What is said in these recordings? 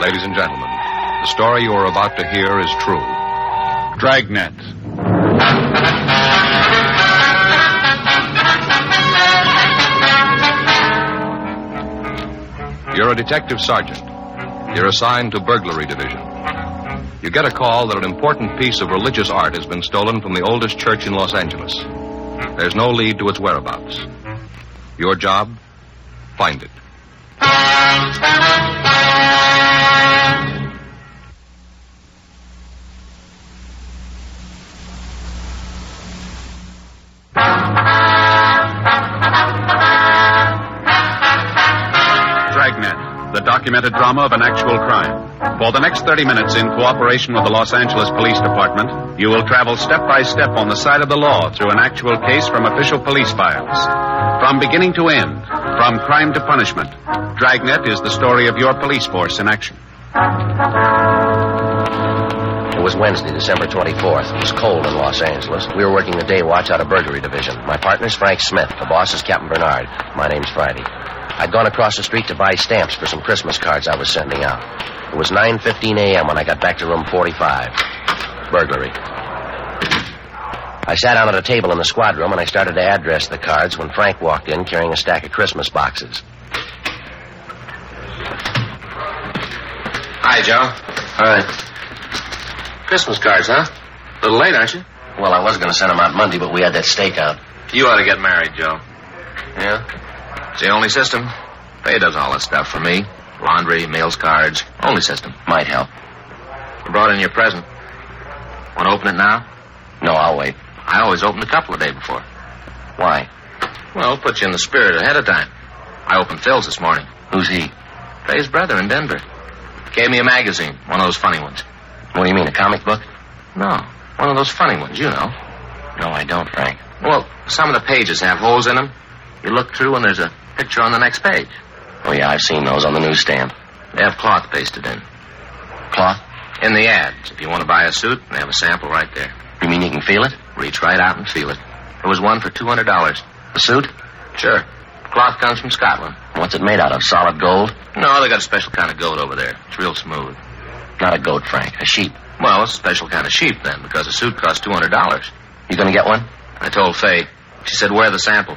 ladies and gentlemen, the story you are about to hear is true. Dragnet. You're a detective sergeant. You're assigned to burglary division. You get a call that an important piece of religious art has been stolen from the oldest church in Los Angeles. There's no lead to its whereabouts. Your job? Find it. Dragnet, the documented drama of an actual crime. For the next 30 minutes, in cooperation with the Los Angeles Police Department, you will travel step by step on the side of the law through an actual case from official police files. From beginning to end, from crime to punishment, Dragnet is the story of your police force in action. It was Wednesday, December 24th. It was cold in Los Angeles. We were working the day watch out of burglary division. My partner's Frank Smith. The boss is Captain Bernard. My name's Friday. I'd gone across the street to buy stamps for some Christmas cards I was sending out. It was 9.15 a.m. when I got back to room 45. Burglary. I sat down at a table in the squad room and I started to address the cards when Frank walked in carrying a stack of Christmas boxes. Hi, Joe. Hi. Christmas cards, huh? A little late, aren't you? Well, I was going to send them out Monday, but we had that stakeout. You ought to get married, Joe. Yeah? It's the only system. They does all that stuff for me. Laundry, mails, cards. Only system. Might help. I brought in your present. Want to open it now? No, I'll wait. I always open a couple a day before. Why? Well, put you in the spirit ahead of time. I opened Phil's this morning. Who's he? Ray's brother in Denver. Gave me a magazine, one of those funny ones. What do you mean, a comic book? No, one of those funny ones, you know. No, I don't, Frank. Well, some of the pages have holes in them. You look through, and there's a picture on the next page. Oh, yeah, I've seen those on the newsstand. They have cloth pasted in. Cloth? In the ads, if you want to buy a suit, they have a sample right there. You mean you can feel it? Reach right out and feel it. There was one for two hundred dollars. The suit? Sure. Cloth comes from Scotland. What's it made out of? Solid gold? No, they got a special kind of goat over there. It's real smooth. Not a goat, Frank. A sheep. Well, it's a special kind of sheep then, because a suit costs two hundred dollars. You gonna get one? I told Faye. She said, "Wear the sample."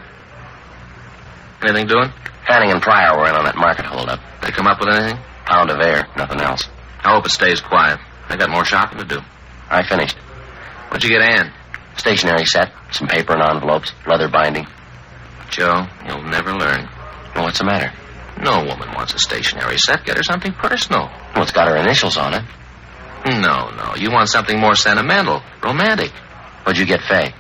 Anything doing? Fanning and Pryor were in on that market holdup. They come up with anything? Pound of air, nothing else. I hope it stays quiet. I got more shopping to do. I finished. What'd you get, Ann? Stationery set, some paper and envelopes, leather binding. Joe, you'll never learn. Well, what's the matter? No woman wants a stationery set. Get her something personal. Well, it's got her initials on it. No, no. You want something more sentimental, romantic. What'd you get, Faye?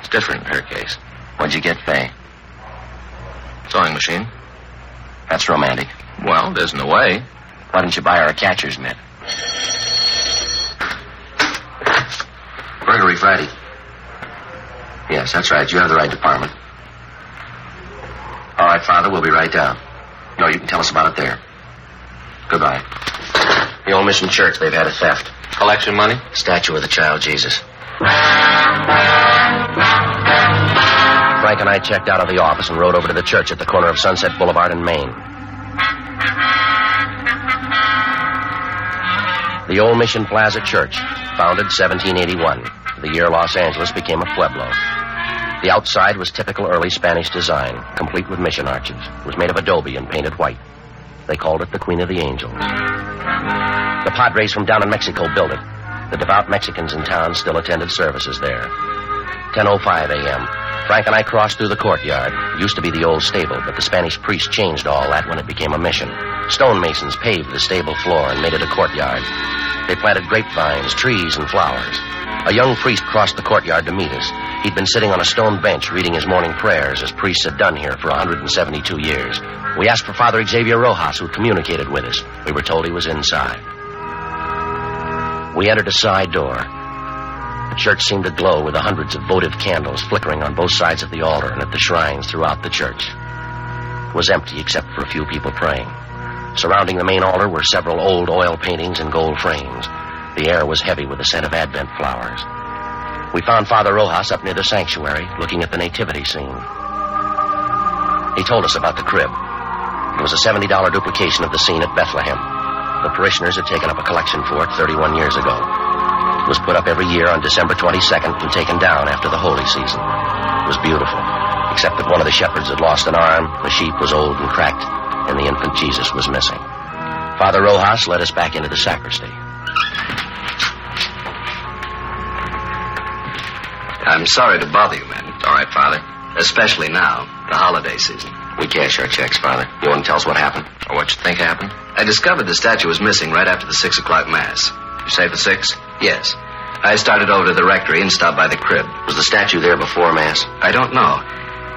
It's different in her case. What'd you get, Faye? Sewing machine. That's romantic. Well, there's no way. Why don't you buy her a catcher's mitt? Burglary Friday. Yes, that's right. You have the right department. All right, Father, we'll be right down. No, you can tell us about it there. Goodbye. The old mission church, they've had a theft. Collection money? Statue of the child Jesus. Frank and I checked out of the office and rode over to the church at the corner of Sunset Boulevard and Main. The old Mission Plaza Church, founded 1781, the year Los Angeles became a pueblo. The outside was typical early Spanish design, complete with mission arches. It was made of adobe and painted white. They called it the Queen of the Angels. The Padres from down in Mexico built it. The devout Mexicans in town still attended services there. 10.05 a.m. Frank and I crossed through the courtyard. It used to be the old stable, but the Spanish priest changed all that when it became a mission. Stonemasons paved the stable floor and made it a courtyard. They planted grapevines, trees, and flowers. A young priest crossed the courtyard to meet us. He'd been sitting on a stone bench reading his morning prayers, as priests had done here for 172 years. We asked for Father Xavier Rojas, who communicated with us. We were told he was inside. We entered a side door. The church seemed to glow with the hundreds of votive candles flickering on both sides of the altar and at the shrines throughout the church. It was empty except for a few people praying. Surrounding the main altar were several old oil paintings in gold frames. The air was heavy with the scent of Advent flowers. We found Father Rojas up near the sanctuary looking at the nativity scene. He told us about the crib. It was a $70 duplication of the scene at Bethlehem. The parishioners had taken up a collection for it 31 years ago. It was put up every year on December 22nd and taken down after the holy season. It was beautiful, except that one of the shepherds had lost an arm, the sheep was old and cracked, and the infant Jesus was missing. Father Rojas led us back into the sacristy. I'm sorry to bother you, man. All right, Father. Especially now, the holiday season. We cash our checks, Father. You want to tell us what happened? Or what you think happened? I discovered the statue was missing right after the six o'clock mass. You say the six? Yes. I started over to the rectory and stopped by the crib. Was the statue there before Mass? I don't know,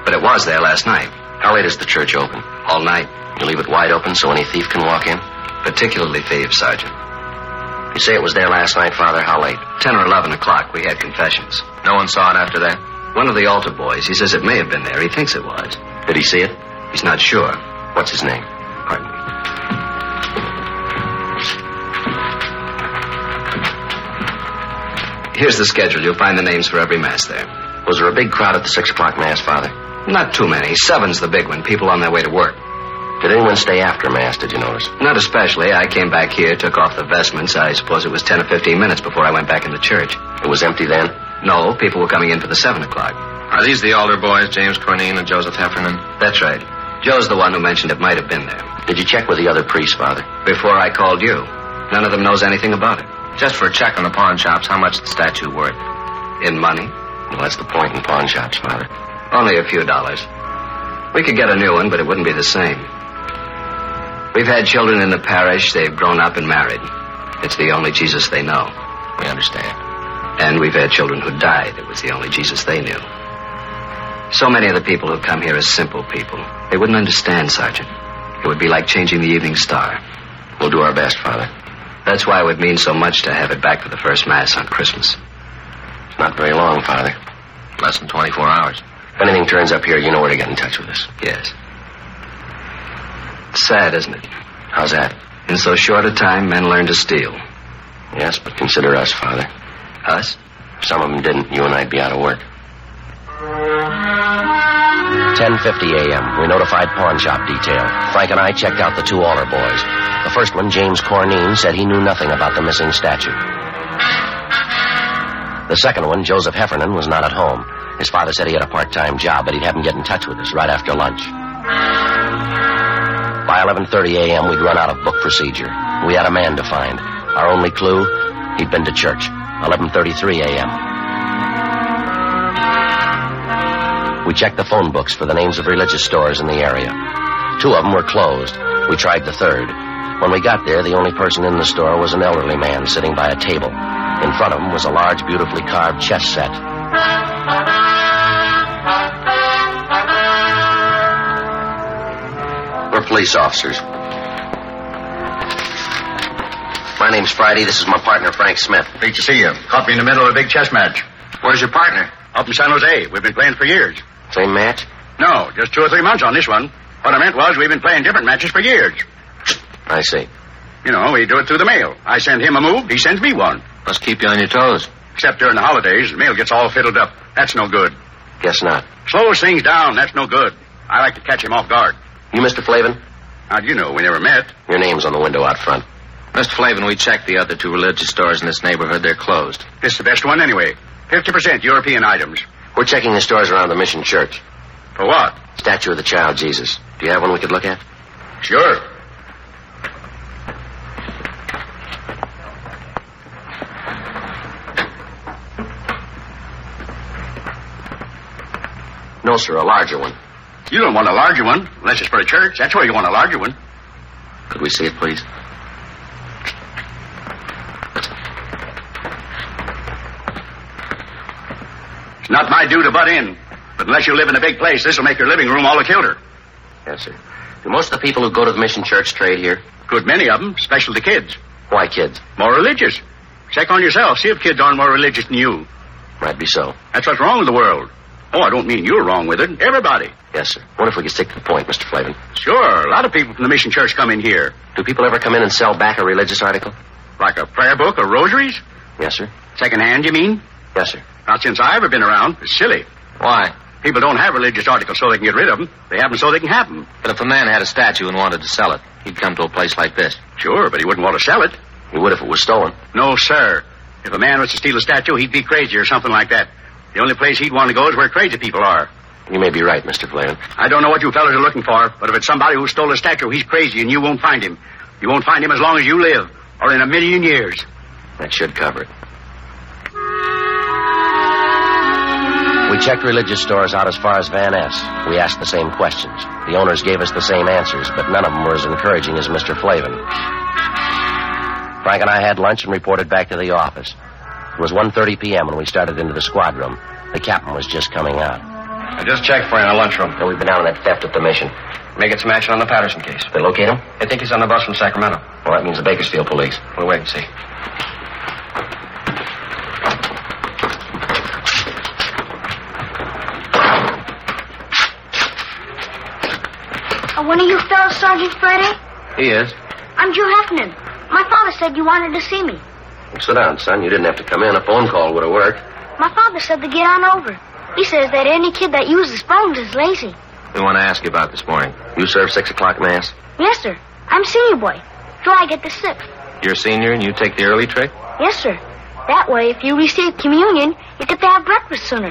but it was there last night, How late is the church open? all night. You leave it wide open so any thief can walk in? Particularly thieves, Sergeant. You say it was there last night, Father. How late? Ten or eleven o'clock, we had confessions. No one saw it after that? One of the altar boys, he says it may have been there. He thinks it was. Did he see it? He's not sure. What's his name? Pardon me. Here's the schedule. You'll find the names for every mass there. Was there a big crowd at the six o'clock mass, Father? Not too many. Seven's the big one. People on their way to work. Did anyone stay after mass? Did you notice? Not especially. I came back here, took off the vestments. I suppose it was 10 or 15 minutes before I went back into church. It was empty then. No, people were coming in for the 7 o'clock. Are these the altar boys, James Cornine and Joseph Heffernan? That's right. Joe's the one who mentioned it might have been there. Did you check with the other priests, Father? Before I called you. None of them knows anything about it. Just for a check on the pawn shops, how much the statue worth? In money? Well, that's the point in pawn shops, Father. Only a few dollars. We could get a new one, but it wouldn't be the same. We've had children in the parish. They've grown up and married. It's the only Jesus they know. We understand. And we've had children who died. It was the only Jesus they knew. So many of the people who come here are simple people. They wouldn't understand, Sergeant. It would be like changing the evening star. We'll do our best, Father. That's why it would mean so much to have it back for the first Mass on Christmas. It's not very long, Father. Less than 24 hours. If anything turns up here, you know where to get in touch with us. Yes. It's sad, isn't it? How's that? In so short a time, men learn to steal. Yes, but consider us, Father. Us? If some of them didn't, you and I'd be out of work. 10.50 a.m. We notified pawn shop detail. Frank and I checked out the two altar boys. The first one, James Cornine, said he knew nothing about the missing statue. The second one, Joseph Heffernan, was not at home. His father said he had a part-time job, but he'd have him get in touch with us right after lunch. By 11.30 a.m., we'd run out of book procedure. We had a man to find. Our only clue, he'd been to church. 11.33 a.m. We checked the phone books for the names of religious stores in the area. Two of them were closed. We tried the third. When we got there, the only person in the store was an elderly man sitting by a table. In front of him was a large, beautifully carved chess set. We're police officers. My name's Friday. This is my partner, Frank Smith. Great to see you. Caught me in the middle of a big chess match. Where's your partner? Up in San Jose. We've been playing for years. Same match? No, just two or three months on this one. What I meant was we've been playing different matches for years. I see. You know, we do it through the mail. I send him a move, he sends me one. Must keep you on your toes. Except during the holidays, the mail gets all fiddled up. That's no good. Guess not. Slows things down. That's no good. I like to catch him off guard. You, Mr. Flavin? How do you know? We never met. Your name's on the window out front. Mr. Flavin, we checked the other two religious stores in this neighborhood. They're closed. This is the best one anyway. 50% European items. We're checking the stores around the Mission Church. For what? Statue of the Child Jesus. Do you have one we could look at? Sure. No, sir, a larger one. You don't want a larger one, unless it's for a church. That's where you want a larger one. Could we see it, please? It's not my due to butt in. But unless you live in a big place, this will make your living room all the kilter. Yes, sir. Do most of the people who go to the Mission Church trade here? Good many of them, especially the kids. Why, kids? More religious. Check on yourself. See if kids aren't more religious than you. Might be so. That's what's wrong with the world. Oh, I don't mean you're wrong with it. Everybody. Yes, sir. What if we could stick to the point, Mr. Flavin? Sure, a lot of people from the mission church come in here. Do people ever come in and sell back a religious article? Like a prayer book or rosaries? Yes, sir. Second hand, you mean? Yes, sir. Not since I've ever been around. It's silly. Why? People don't have religious articles so they can get rid of them. They have them so they can have them. But if a man had a statue and wanted to sell it, he'd come to a place like this. Sure, but he wouldn't want to sell it. He would if it was stolen. No, sir. If a man was to steal a statue, he'd be crazy or something like that. The only place he'd want to go is where crazy people are. You may be right, Mr. Flair. I don't know what you fellows are looking for, but if it's somebody who stole a statue, he's crazy and you won't find him. You won't find him as long as you live, or in a million years. That should cover it. We checked religious stores out as far as Van Ness. We asked the same questions. The owners gave us the same answers, but none of them were as encouraging as Mr. Flavin. Frank and I had lunch and reported back to the office. It was 1.30 p.m. when we started into the squad room. The captain was just coming out. I just checked for you in the lunchroom. And we've been out on that theft at the mission. Make it some action on the Patterson case. They locate him? They think he's on the bus from Sacramento. Well, that means the Bakersfield police. We'll wait and see. Are Uh, one of you fellows Sergeant Friday? He is. I'm Joe Heffernan. My father said you wanted to see me. Well, sit down, son. You didn't have to come in. A phone call would have worked. My father said to get on over. He says that any kid that uses phones is lazy. We want to ask you about this morning. You serve six o'clock mass? Yes, sir. I'm senior boy. July get the sixth. You're a senior and you take the early trick? Yes, sir. That way, if you receive communion, you get to have breakfast sooner.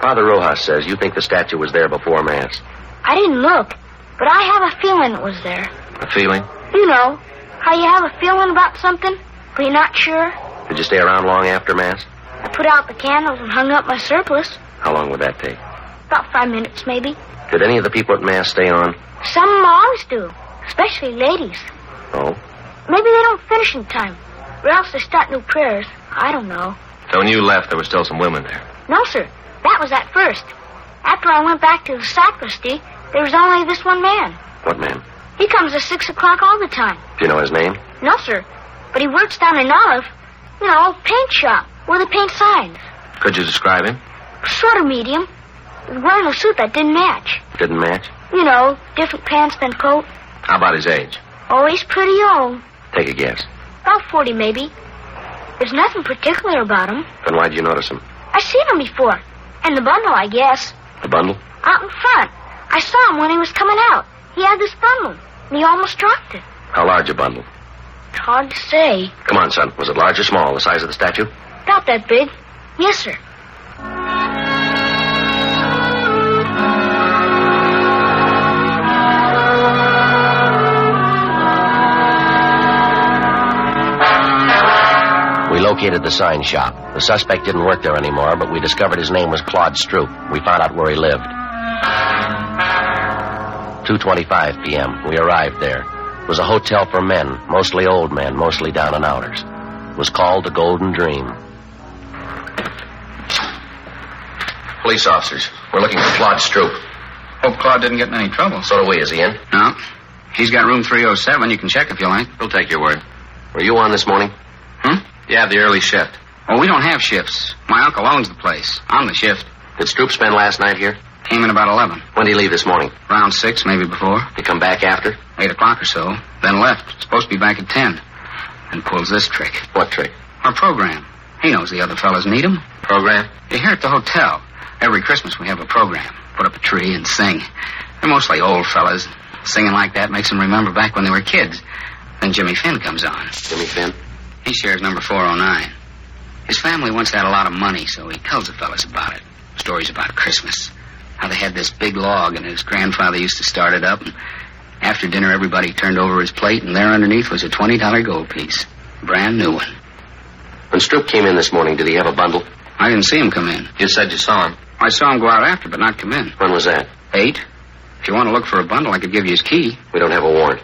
Father Rojas says you think the statue was there before mass. I didn't look, but I have a feeling it was there. A feeling? You know, how you have a feeling about something, but you're not sure. Did you stay around long after mass? I put out the candles and hung up my surplice. How long would that take? About five minutes, maybe. Did any of the people at mass stay on? Some moms do, especially ladies. Oh. Maybe they don't finish in time, or else they start new prayers. I don't know. So when you left, there were still some women there. No, sir. That was at first. After I went back to the sacristy, there was only this one man. What man? He comes at six o'clock all the time. Do you know his name? No, sir. But he works down in Olive, you know, paint shop, where they paint signs. Could you describe him? Sort of medium. He was wearing a suit that didn't match. Didn't match? You know, different pants than coat. How about his age? Oh, he's pretty old. Take a guess. About 40, maybe. There's nothing particular about him. Then why'd you notice him? I've seen him before. And the bundle, I guess. The bundle? Out in front. I saw him when he was coming out. He had this bundle, and he almost dropped it. How large a bundle? It's hard to say. Come on, son. Was it large or small, the size of the statue? Not that big. Yes, sir. We located the sign shop. The suspect didn't work there anymore, but we discovered his name was Claude Stroop. We found out where he lived. 2.25 p.m. We arrived there. It was a hotel for men, mostly old men, mostly down and outers. It was called the Golden Dream. Police officers. We're looking for Claude Stroop. Hope Claude didn't get in any trouble. So do we, is he in? No. He's got room 307. You can check if you like. We'll take your word. Were you on this morning? Hmm? You have the early shift. Oh, we don't have shifts. My uncle owns the place. I'm the shift. Did Stroop spend last night here? Came in about 11. When did he leave this morning? Round 6, maybe before. He come back after? 8 o'clock or so. Then left. Supposed to be back at 10. And pulls this trick. What trick? Our program. He knows the other fellas need him. Program? You're here at the hotel. Every Christmas we have a program. Put up a tree and sing. They're mostly old fellas. Singing like that makes them remember back when they were kids. Then Jimmy Finn comes on. Jimmy Finn? He shares number 409. His family once had a lot of money, so he tells the fellas about it. Stories about Christmas. How they had this big log, and his grandfather used to start it up. And after dinner, everybody turned over his plate, and there underneath was a $20 gold piece. Brand new one. When Stroop came in this morning, did he have a bundle? I didn't see him come in. You said you saw him. I saw him go out after, but not come in. When was that? Eight? If you want to look for a bundle, I could give you his key. We don't have a warrant.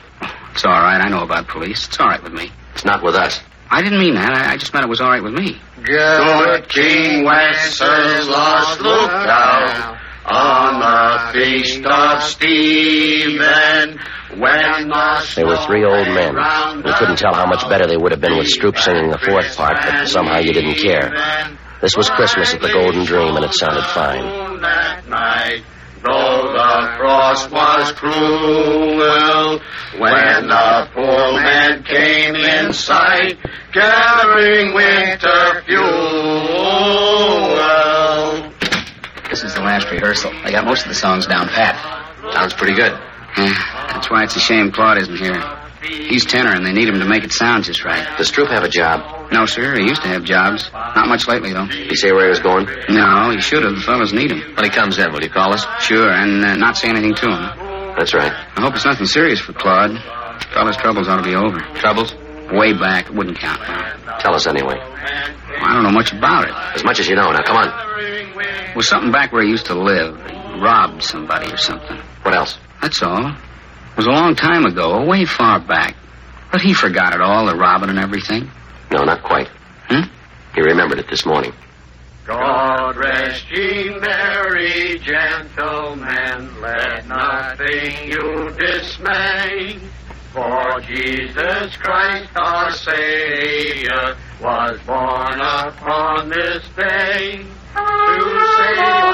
It's all right. I know about police. It's all right with me. It's not with us. I didn't mean that. I, I just meant it was all right with me. Good King Wesser's lost lookout on the feast of Stephen. When the They were three old men. We couldn't tell how much better they would have been with Stroop singing the fourth part, but somehow you didn't care. This was Christmas at the Golden Dream, and it sounded fine. That night, though the cross was cruel, when the poor man came in sight, gathering winter fuel. This is the last rehearsal. I got most of the songs down pat. Sounds pretty good. Eh, Yeah, that's why it's a shame Claude isn't here. He's tenor, and they need him to make it sound just right. Does Stroop have a job? No, sir, he used to have jobs. Not much lately, though. Did he say where he was going? No, he should have. The fellas need him. When he comes in, will you call us? Sure, and uh, not say anything to him. That's right. I hope it's nothing serious for Claude. Fella's troubles ought to be over. Troubles? Way back, it wouldn't count. Well, Tell us anyway. I don't know much about it. As much as you know. Now, come on. It was something back where he used to live. He robbed somebody or something. What else? That's all. It was a long time ago, way far back. But he forgot it all, the robbing and everything. No, not quite. Hmm? He remembered it this morning. God rest ye merry gentlemen, let nothing you dismay. For Jesus Christ our Savior was born upon this day to save.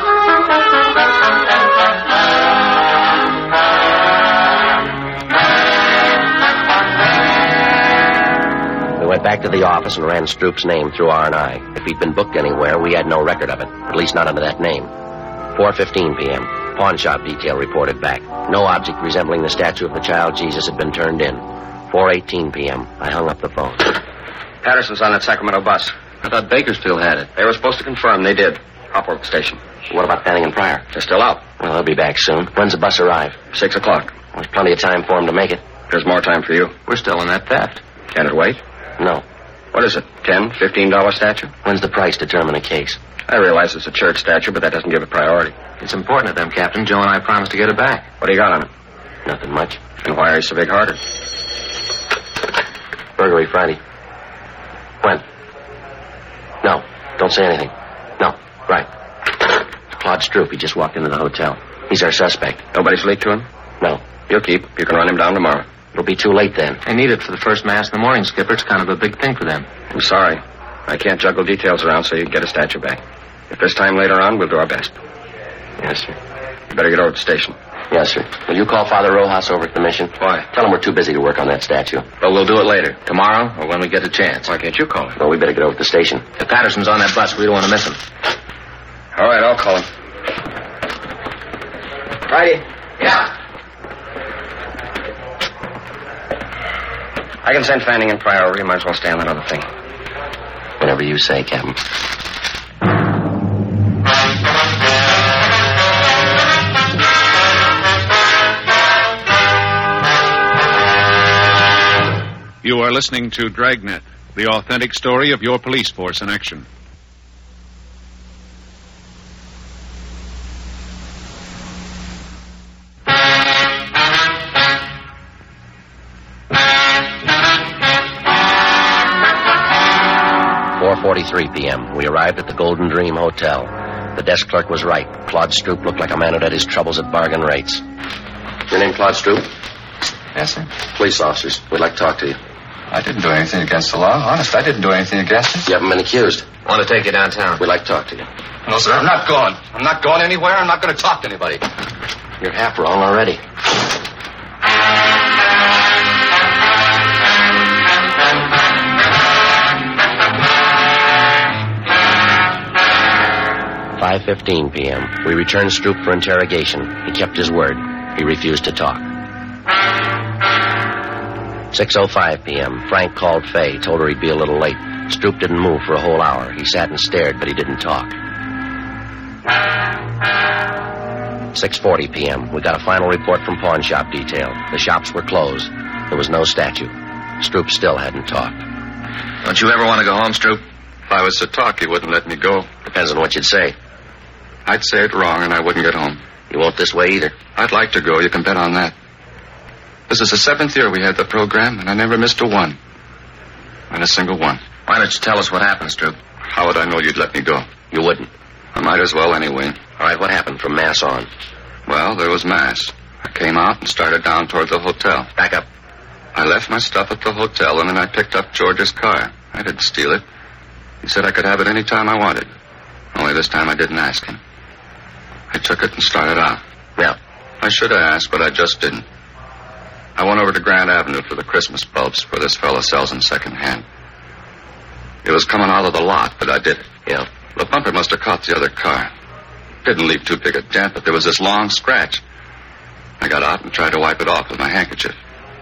We went back to the office and ran Stroop's name through R&I. If he'd been booked anywhere, we had no record of it, at least not under that name. 4.15 p.m. Pawn shop detail reported back. No object resembling the statue of the child Jesus had been turned in. 4.18 p.m. I hung up the phone. Patterson's on that Sacramento bus. I thought Bakersfield had it. They were supposed to confirm. They did. Hopwork station. What about Fanning and Pryor? They're still out. Well, they'll be back soon. When's the bus arrive? Six o'clock. There's plenty of time for them to make it. There's more time for you. We're still in that theft. Can it wait? No. What is it? Ten, fifteen dollar statue? When's the price determine a case? I realize it's a church statue, but that doesn't give it priority. It's important to them, Captain. Joe and I promised to get it back. What do you got on it? Nothing much. And why are you so big hearted? Burglary Friday. When? No. Don't say anything. No. Right. Claude Stroop, he just walked into the hotel. He's our suspect. Nobody's late to him? No. You'll keep. You can run him down tomorrow. It'll be too late then. They need it for the first mass in the morning, Skipper. It's kind of a big thing for them. I'm sorry. I can't juggle details around so you can get a statue back. If there's time later on, we'll do our best. Yes, sir. You better get over to the station. Yes, sir. Will you call Father Rojas over at the mission? Why? Tell him we're too busy to work on that statue. But we'll do it later. Tomorrow or when we get a chance. Why can't you call him? Well, we better get over to the station. If Patterson's on that bus, we don't want to miss him. All right, I'll call him. Friday. Yeah. I can send Fanning and Pryor over. You might as well stay on that other thing. Whatever you say, Captain. You are listening to Dragnet, the authentic story of your police force in action. Four forty-three p.m. We arrived at the Golden Dream Hotel. The desk clerk was right. Claude Stroop looked like a man who'd had his troubles at bargain rates. Your name Claude Stroop? Yes, sir. Police officers. We'd like to talk to you. I didn't do anything against the law. Honest, I didn't do anything against it. You haven't been accused. Want to take you downtown. We'd like to talk to you. No, sir. I'm not going. I'm not going anywhere. I'm not going to talk to anybody. You're half wrong already. Five fifteen p.m. We returned Stroop for interrogation. He kept his word. He refused to talk. Six oh five p.m. Frank called Fay, told her he'd be a little late. Stroop didn't move for a whole hour. He sat and stared, but he didn't talk. 6:40 p.m. We got a final report from pawn shop detail. The shops were closed. There was no statue. Stroop still hadn't talked. Don't you ever want to go home, Stroop? If I was to talk, he wouldn't let me go. Depends on what you'd say. I'd say it wrong, and I wouldn't get home. You won't this way either. I'd like to go. You can bet on that. This is the seventh year we had the program, and I never missed a one. Not a single one. Why don't you tell us what happened, Stroop? How would I know you'd let me go? You wouldn't. I might as well anyway. All right, what happened from mass on? Well, there was mass. I came out and started down toward the hotel. Back up. I left my stuff at the hotel, and then I picked up George's car. I didn't steal it. He said I could have it any time I wanted. Only this time I didn't ask him. I took it and started out. Now, I should have asked, but I just didn't. I went over to Grand Avenue for the Christmas bulbs where this fellow sells them secondhand. It was coming out of the lot, but I did it. yeah. The bumper must have caught the other car. Didn't leave too big a dent, but there was this long scratch. I got out and tried to wipe it off with my handkerchief.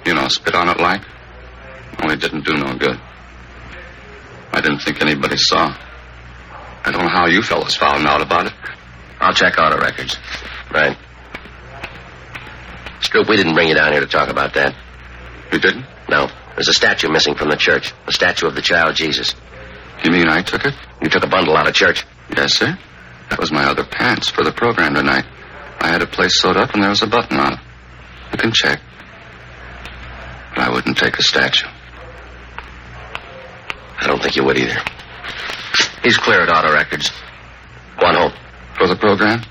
You know, spit on it like. Only it didn't do no good. I didn't think anybody saw. I don't know how you fellas found out about it. I'll check auto records. Right. Stroop, we didn't bring you down here to talk about that. You didn't? No. There's a statue missing from the church. A statue of the child Jesus. You mean I took it? You took a bundle out of church. Yes, sir. That was my other pants for the program tonight. I had a place sewed up and there was a button on it. You can check. But I wouldn't take a statue. I don't think you would either. He's clear at auto records. Go on home. For the program?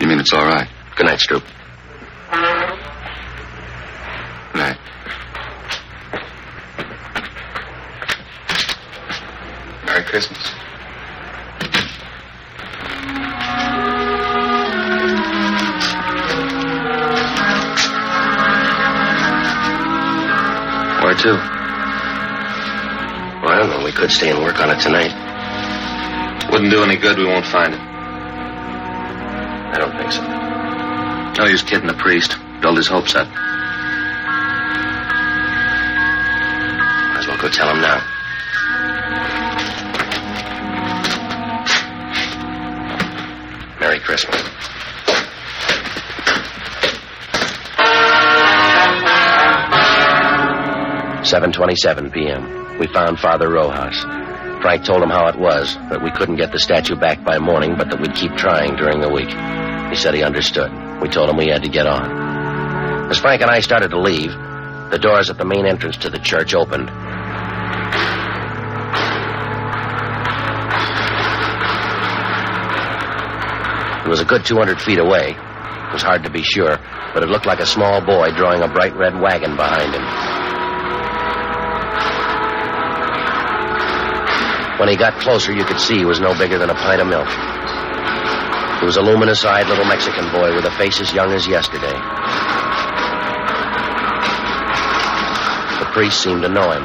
You mean it's all right? Good night, Stroop. Right. Merry Christmas. Where to? Well, I don't know. We could stay and work on it tonight. Wouldn't do any good. We won't find it. I don't think so. No use Oh, kidding the priest. Build his hopes up. Might as well go tell him now. Merry Christmas. Seven twenty-seven p.m. We found Father Rojas. Frank told him how it was that we couldn't get the statue back by morning, but that we'd keep trying during the week. He said he understood. We told him we had to get on. As Frank and I started to leave, the doors at the main entrance to the church opened. It was a good 200 feet away. It was hard to be sure, but it looked like a small boy drawing a bright red wagon behind him. When he got closer, you could see he was no bigger than a pint of milk. He was a luminous eyed little Mexican boy with a face as young as yesterday. The priest seemed to know him.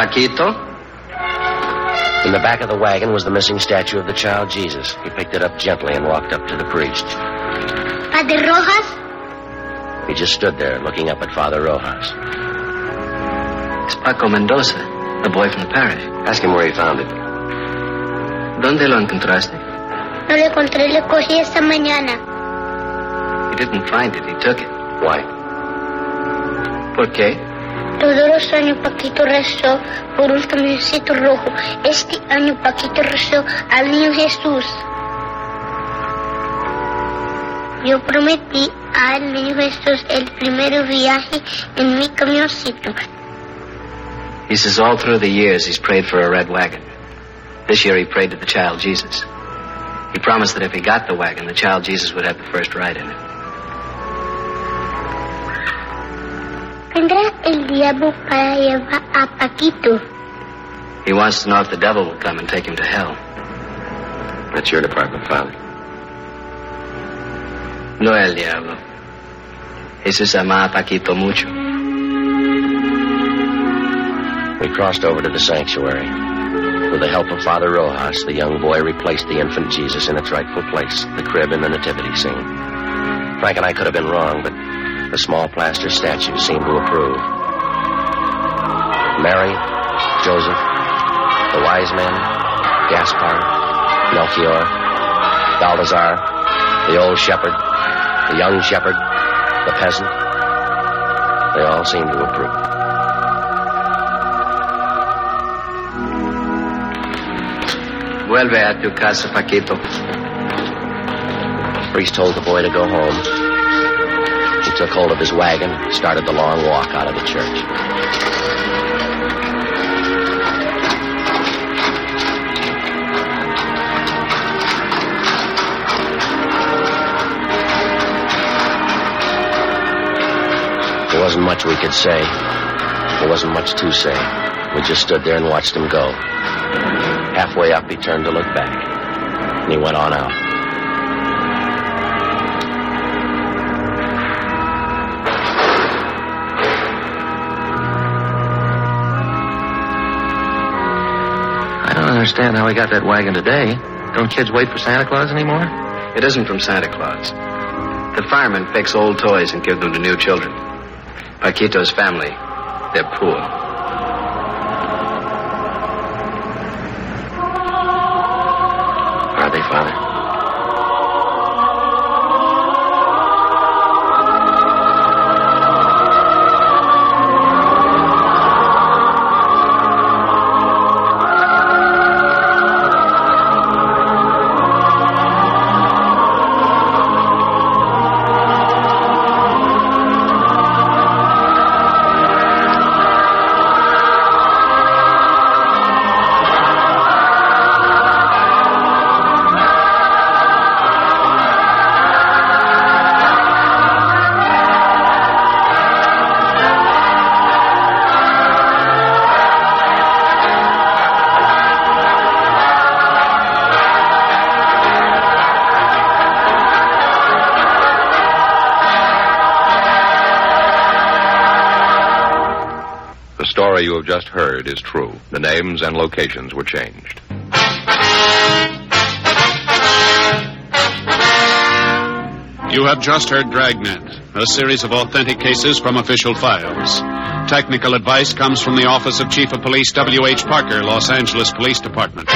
Paquito? In the back of the wagon was the missing statue of the child Jesus. He picked it up gently and walked up to the priest. Padre Rojas? He just stood there looking up at Father Rojas. It's Paco Mendoza, the boy from the parish. Ask him where he found it. Donde lo encontraste? No le encontré, le cogí esta mañana. He didn't find it. He took it. Why? ¿Por qué? Todos los años Paquito rezó por un camioncito rojo. Este año Paquito rezó al niño Jesús. Yo prometí al niño Jesús el primer viaje en mi camioncito. He says all through the years he's prayed for a red wagon. This year he prayed to the child Jesus. He promised that if he got the wagon, the child Jesus would have the first ride in it. Vendrá el diablo para llevar a Paquito. He wants to know if the devil will come and take him to hell. That's your department, Father. No el diablo. Jesús ama a Paquito mucho. We crossed over to the sanctuary. With the help of Father Rojas, the young boy replaced the infant Jesus in its rightful place, the crib in the nativity scene. Frank and I could have been wrong, but the small plaster statue seemed to approve. Mary, Joseph, the wise men, Gaspar, Melchior, Balthazar, the old shepherd, the young shepherd, the peasant. They all seemed to approve. Vuelve a tu casa, Paquito. Priest told the boy to go home. He took hold of his wagon and started the long walk out of the church. There wasn't much we could say. There wasn't much to say. We just stood there and watched him go. Halfway up, he turned to look back, and he went on out. I don't understand how he got that wagon today. Don't kids wait for Santa Claus anymore? It isn't from Santa Claus. The firemen fix old toys and give them to new children. Paquito's family, they're poor. Are they, Father? The story you have just heard is true. The names and locations were changed. You have just heard Dragnet, a series of authentic cases from official files. Technical advice comes from the Office of Chief of Police W.H. Parker, Los Angeles Police Department.